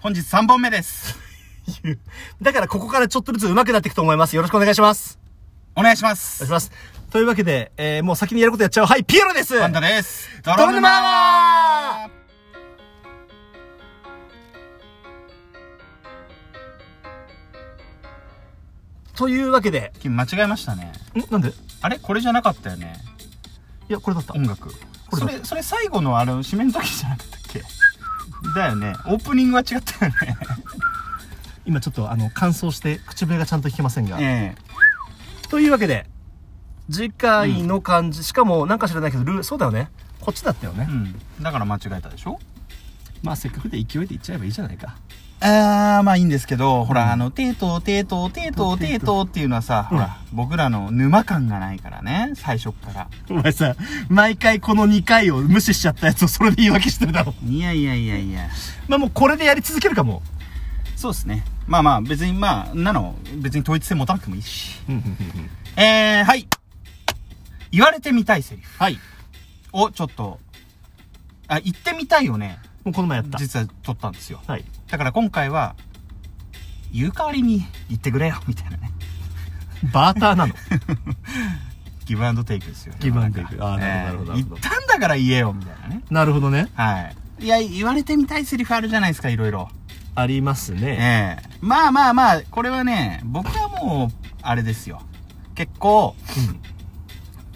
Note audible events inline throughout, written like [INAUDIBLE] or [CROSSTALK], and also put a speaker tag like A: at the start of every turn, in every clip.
A: 本日3本目です。
B: いうだからここからちょっとずつ上手くなっていくと思います。よろしくお願いします。
A: お願いしま
B: お願い
A: す
B: し。ます。というわけで、えー、もう先にやることやっちゃおう。はい、ピエロです
A: パンダです。
B: 泥沼アワというわけで、
A: 君間違えましたね。
B: んなんでい
A: あれこれじゃなかったよね。
B: や、これだった。
A: 音楽。
B: これ
A: そ
B: だ
A: れ、それ最後のあの、締めの時じゃなかったっけだよね。オープニングは違ったよね。
B: 今ちょっとあの、乾燥して口笛がちゃんと弾けませんが。
A: え
B: というわけで、次回の漢字、しかもなんか知らないけど、ルール、そうだよね。こっちだったよね
A: え。。うん。だから間違えたでしょ
B: まあせっかくで勢いでいっちゃえばいいじゃないか。
A: あー、まあいいんですけど、ほ
B: うん
A: ら、あの、テートー、テートー、テートー、テートーっていうのはさ、
B: う
A: ほ
B: ん
A: ら、僕らの沼感がないからね、最初っから。
B: [LAUGHS] お前さ、毎回この2回を無視しちゃったやつをそれで言い訳してるだろ。
A: いやいやいやいや。
B: [LAUGHS] まあもうこれでやり続けるかも。
A: そうですね。まあまあ、別にまあ、なの、別に統一性持たなくてもいいし。
B: うんうんうん
A: えー、はい。言われてみたいセリフ
B: はい。
A: をちょっと、あ、言ってみたいをね、
B: もうこの前やった。
A: 実は取ったんですよ。
B: はい。
A: だから今回は、言う代わりに言ってくれよ、 [LAUGHS] みたいなね。
B: バーターなの。
A: ギブアンドテイクですよ。
B: ギブアンドテ
A: な
B: イク
A: んか
B: あーなるほど
A: え
B: なる
A: ー
B: ほ
A: 言
B: ど
A: ったんだから言えよ、みたいなね。
B: なるほどね。
A: はい。いや、言われてみたいセリフあるじゃないですか、いろいろ。
B: ありますね。
A: ええまあまあまあ、これはね、僕はもう、あれですよ。結構、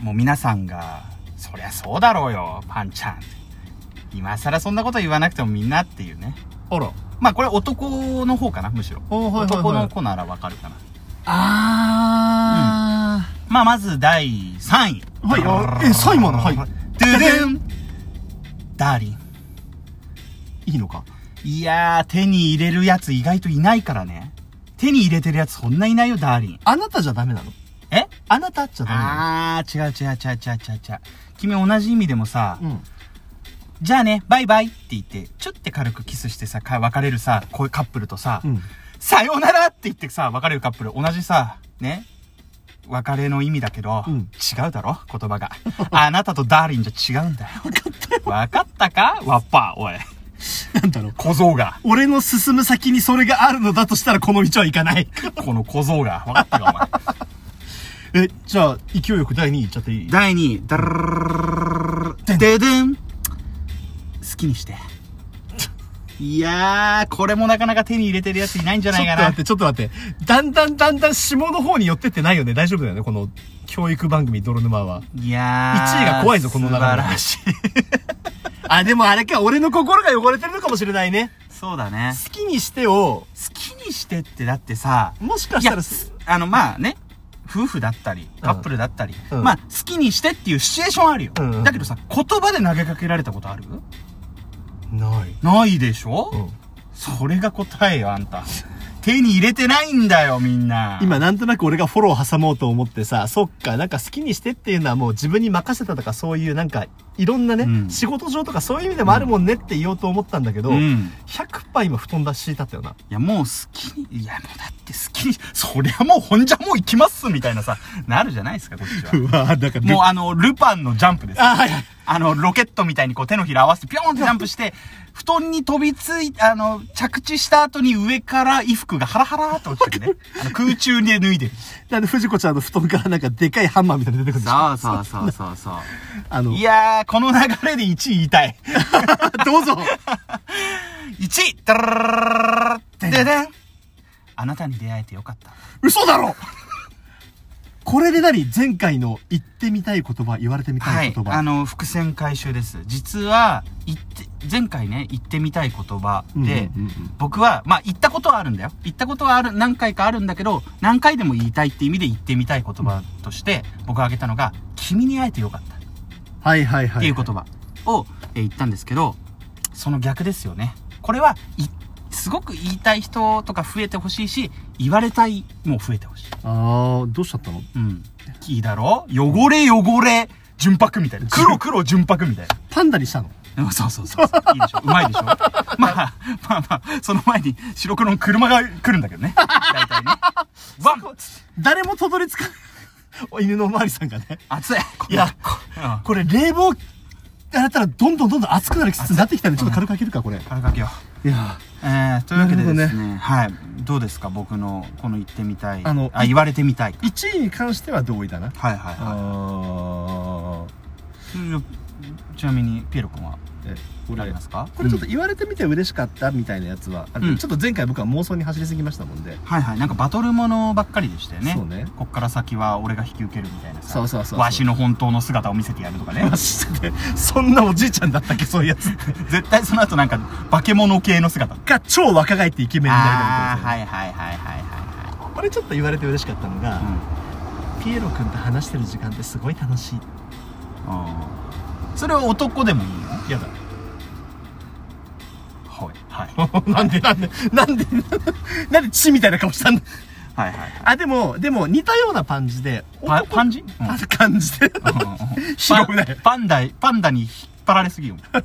A: もう皆さんが、そりゃそうだろうよ、パンちゃん。今更そんなこと言わなくてもみんなっていうね。
B: あら。
A: まあこれ男の方かな、むしろ。
B: おーはいはいはい
A: 男の子ならわかるかな。
B: あ
A: まあまず第3位。
B: はいあえ三位もあるのはい
A: ドゥドゥンダーリン。
B: ー。いいのか。
A: いやー、手に入れるやつ意外といないからね。手に入れてるやつそんないないよ、ダーリン。
B: あなたじゃダメなの
A: え
B: あなたじゃダメな
A: あー、違う違う違う違う違う違う。君同じ意味でもさ、
B: のうん。
A: じゃあね、バイバイって言って、チュッて軽くキスしてさ、か別れるさ、こういうカップルとさ、
B: うん。
A: さようならって言ってさ、別れるカップル、同じさ、ね、別れの意味だけど、
B: うん
A: 違うだろ言葉が。 [LAUGHS] あなたとダーリンじゃ違うん
B: [LAUGHS]
A: だよ。分かったよ。分かったかワッパー、おい。
B: [LAUGHS] なんだろう。
A: 小僧が。
B: 俺の進む先にそれがあるのだとしたらこの道は行かない。
A: この小僧が。分かったか、お前。
B: [LAUGHS] え、じゃあ、勢いよく第2位いっちゃっていい
A: 第2位、ダルデデン好きにして。いやー、これもなかなか手に入れてるやついないんじゃないかな。
B: て、ちょっと待って。だんだんだんだん下の方に寄ってってないよね。大丈夫だよね、この教育番組泥沼は。
A: いやー。
B: 一位が怖いぞこの流れ
A: 素晴らしい。
B: あ、でもあれか、俺の心が汚れてるのかもしれないね。
A: そうだね。
B: 好きにして
A: 好
B: を、
A: きにしてってだってさ、
B: もしか
A: い
B: した
A: や
B: ら、、
A: あの、まあね、夫婦だったり、カップルだったり、
B: うん
A: まあ、好きにしてっていうシチュエーションあるよ。
B: うんうん
A: だけどさ、言葉で投げかけられたことある
B: ない。
A: ないでしょ、
B: うん
A: それが答えよ、あんた。手に入れてないんだよ、みんな。
B: 今なんとなく俺がフォロー挟もうと思ってさ、そっか、なんか好きにしてっていうのはもう自分に任せたとかそういうなんかいろんなね、
A: うん
B: 仕事上とかそういう意味でもあるもんねって言おうと思ったんだけど、
A: うん。
B: 100%今布団出し敷いたったよな。
A: いや、もう好きに、いや、もうだって好きに、そりゃもうほんじゃもう行きますみたいなさ、なるじゃないですか、こっちは。
B: わだから
A: もう
B: あ、
A: あの、ルパンのジャンプです。
B: あ、はいはい。
A: あの、ロケットみたいにこう手のひら合わせてピョーンってジャンプして、布団に飛びつい、あの、着地した後に上から衣服がハラハラーって落ちてるね。あの空中で脱いでる。
B: なんで藤子ちゃんの布団からなんかでかいハンマーみたいなの出てくるんでしょ
A: うそうそうそうそ
B: あの
A: い、やー、この流れで1位言いたい。
B: [LAUGHS] どうぞ
A: 1位ダラララララででんあなたに出会えてよかった。
B: 嘘だろこれで何前回の言ってみたい言葉、言われてみた
A: はいい
B: 言。葉。
A: あの、伏線回収です。実は、言って、前回ね、言ってみたい言葉で、
B: うんうんうんうん
A: 僕は、まあ、言ったことはあるんだよ。言ったことはある、何回かあるんだけど、何回でも言いたいって意味で言ってみたい言葉として、僕が挙げたのが、君に会えてよかったっ
B: はいはいはい。
A: ていう言葉を、えー言ったんですけど、その逆ですよね。これは、いすごく言いたい人とか増えてほしいし、言われたいも増えてほしい。
B: ああ、どうしちゃったの
A: うん。いいだろ汚れ汚れ、純白みたいな。黒黒純白みたいな。
B: パンダにしたの
A: うんそうそうそうそう。いいでしょ。うまいでしょ。まあ、まあまあ、その前に白黒の車が来るんだけどね。大体
B: [LAUGHS]
A: ね。ワン
B: 誰もたどり着かない。お犬のおまわりさんがね。
A: 熱い。
B: いや、こ
A: うん
B: これ冷房やれたらどんどんどんどん熱くなる季節になってきたんで、ちょっと軽く開けるか、これ。
A: 軽く開けよう。
B: いや
A: えー、というわけでで
B: なる
A: す
B: ほど
A: ねはいどうですか僕のこの言ってみたい
B: あの
A: 言われてみたいか
B: 1位に関しては同意だな
A: はいはいは
B: あ
A: いよちなみにピエロ君は
B: ーえ
A: あり
B: 俺
A: ますか
B: これちょっと言われてみて嬉しかったみたいなやつはあるけど、
A: うん
B: ちょっと前回僕は妄想に走りすぎましたもんで、
A: はいはいなんかバトルものばっかりでしたよね
B: そうね
A: こっから先は俺が引き受けるみたいなさ
B: そうそうそうそう
A: わしの本当の姿を見せてやるとかね
B: マジで [LAUGHS] そんなおじいちゃんだったっけそういうやつ
A: [LAUGHS] 絶対その後なんか化け物系の姿
B: が超若返ってイケメンにな
A: あ
B: る
A: ーはいはいはいはいはいは
B: これちょっと言われて嬉しかったのが、ピエロ君と話してる時間ってすごい楽しい
A: い、うん、それは男でもいいよ
B: やだ
A: はいはいはい
B: [LAUGHS] なんでなんでなんで [LAUGHS] なんで血みたいな顔したんだ
A: はいはい
B: あでもでも似たようなパンチで
A: パパンチ、うん [LAUGHS]
B: パ感じで拾うなよ
A: パンダパンダに引っ張られすぎよ、うん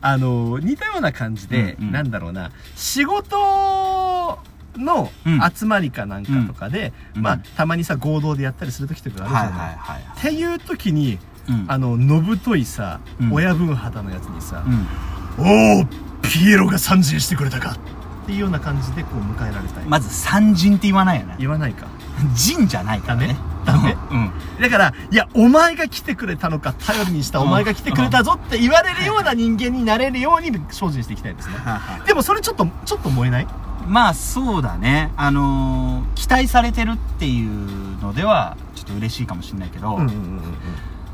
B: あの似たような感じで、
A: うんうん
B: なんだろうな仕事の
A: うん
B: 集まりかなんかとかで、
A: うんう
B: まあ
A: ん
B: たまにさ合同でやったりする時とかあるじ
A: はい
B: ゃな
A: はい
B: い、
A: はい
B: っていう時に
A: うん
B: あののぶといさ、
A: うん
B: 親分肌のやつにさ
A: う、ん
B: おおピエロが参陣してくれたかっていうような感じでこう迎えられたい、
A: まず三人って言わないよね
B: 言わないか
A: 人じゃないからね
B: ダメ
A: うんうん
B: だからいやお前が来てくれたのか頼りにしたお前が来てくれたぞって言われるような人間になれるように精進していきたいですねでもそれちょっとちょっと燃えない
A: まあそうだねあのー期待されてるっていうのではちょっと嬉しいかもしれないけど、
B: うんうん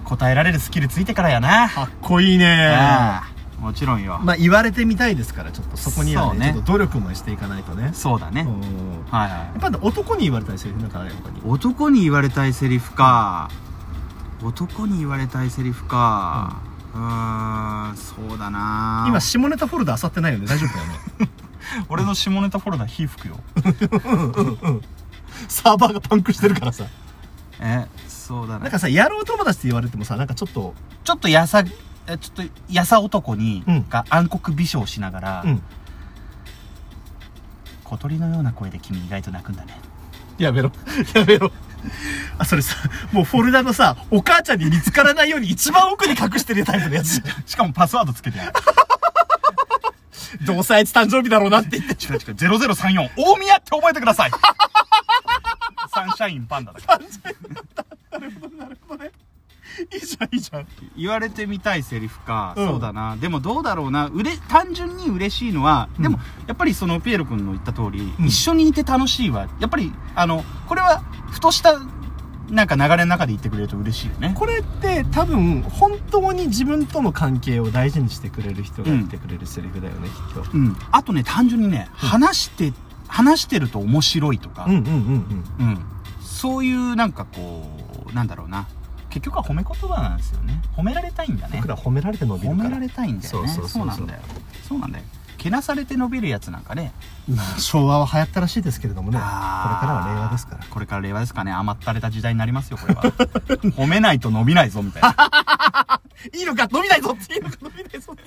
A: 答えられるスキルついてからやな
B: かっこいいね
A: ああもちろんよ、
B: まあ言われてみたいですからちょっとそこには
A: そう
B: ね
A: ね
B: ちょっと努力もしていかないとね
A: そうだね、
B: うん
A: はい
B: やっ
A: は
B: ぱね男に言われたりするなんかあるよ他に
A: い男に言われたいセリフか男に言われたいセリフかうーんそうだな
B: 今下ネタフォルダ漁ってないよね大丈夫だよね
A: 俺の下ネタフォルダ火吹くよ
B: [LAUGHS] サーバーがパンクしてるからさ
A: えそうだ
B: なん
A: ね
B: かさ野郎友達って言われてもさなんかちょっと
A: ちょっとやさえちょっとやさ男に、
B: うん
A: が暗黒微笑しながら、
B: うん
A: 小鳥のような声で君意外と泣くんだね
B: やめろ [LAUGHS] やめろあそれさもうフォルダのさお母ちゃんに見つからないように一番奥に隠してるタイプのやつじ
A: [LAUGHS]
B: [LAUGHS]
A: しかもパスワード [LAUGHS] つけてやる
B: ゃんどうせあいつ誕生日だろうなって言って [LAUGHS]
A: 違う違う0034大宮って覚えてくだ [LAUGHS] さいサンシャインパンダだから
B: いいじゃんいいじゃん
A: 言われてみたいセリフか、
B: うん
A: そうだなでもどうだろうなうれ単純に嬉しいのは、
B: うん
A: でもやっぱりそのピエロ君の言った通り、
B: うん
A: 一緒にいて楽しいはやっぱりあのこれはふとしたなんか流れの中で言ってくれると嬉しいよね
B: これって多分本当に自分との関係を大事にしてくれる人が言ってくれるセリフだよね、きっと
A: うんあとね単純にね、話して話してると面白いとか、
B: うんうんうんうん
A: うんそういうなんかこうなんだろうな結局は褒め言葉なんですよね褒められたいんだね
B: 僕ら褒められて伸び
A: 褒
B: るから
A: められたいんだよね
B: そうそうそうそう
A: なんだよそうなんだよけなされて伸びるやつなんかね
B: まあ昭和は流行ったらしいですけれどもねこれ
A: あー
B: からは令和ですから
A: これから令和ですかね甘ったれた時代になりますよこれ [LAUGHS] は褒めないと伸びないぞみたいない
B: いのか伸びないぞっていいのか伸びないぞって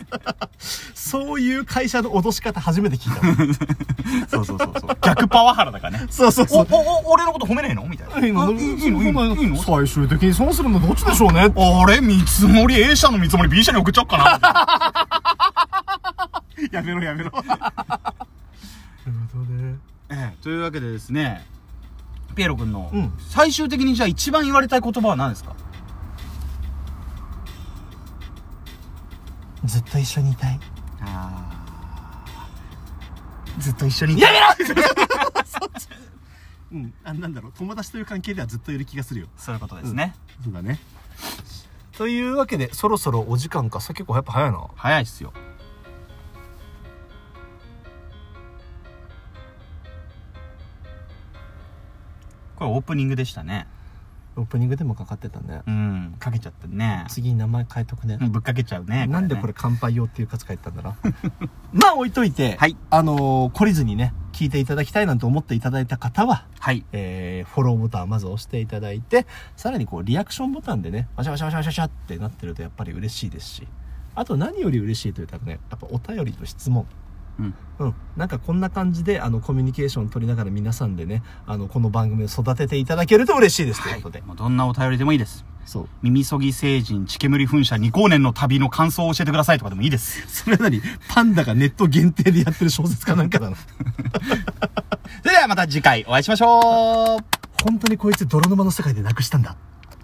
B: [LAUGHS] そういう会社の脅し方初めて聞いたわ
A: [LAUGHS] そうそうそうそう逆パワハラだ [LAUGHS] からね
B: [LAUGHS] そうそう
A: お
B: そう
A: おお俺のこと褒めないのみたいない
B: いの
A: あいいいいのいいのいいの
B: 最終的に損するのどっちでしょうね
A: あれ見積もり A 社の見積もり B 社に送っちゃおうか [LAUGHS] なみたいな
B: やめろやめろなるほどね
A: ええというわけでですねピエロ君の
B: うん
A: 最終的にじゃあ一番言われたい言葉は何ですか
B: ずっと一緒にいたい
A: ずっと一緒にやめろ
B: [LAUGHS] うんあなんだろう友達という関係ではずっといる気がするよ
A: そういうことですね、
B: そうだねというわけでそろそろお時間かさ結構やっぱ早いな
A: 早いっすよこれオープニングでしたね
B: オープニングでもかかってたね
A: うんかけちゃったね
B: 次に名前変えとくね
A: うんぶっかけちゃうね
B: なんで
A: ね
B: これ乾杯用っていうかつか言ったんだな [LAUGHS] まあ置いといて、
A: はい
B: あのー懲りずにね聞いていただきたいなんて思っていただいた方は、
A: はい
B: えー、フォローボタンまず押していただいてさらにこうリアクションボタンでねワシャワシャワシャワシャワシャってなってるとやっぱり嬉しいですしあと何より嬉しいというとねやっぱお便りと質問
A: うん
B: うん、なんかこんな感じであのコミュニケーション取りながら皆さんでねあのこの番組を育てていただけると嬉しいですということで、
A: もうどんなお便りでもいいです
B: そう
A: 耳そぎ星人、血煙噴射、二光年の旅の感想を教えてくださいとかでもいい [LAUGHS] です。
B: それなにパンダがネット限定でやってる小説かなんかなの
A: それではまた次回お会いしましょう
B: 本当にこいつ泥沼の世界でなくしたんだ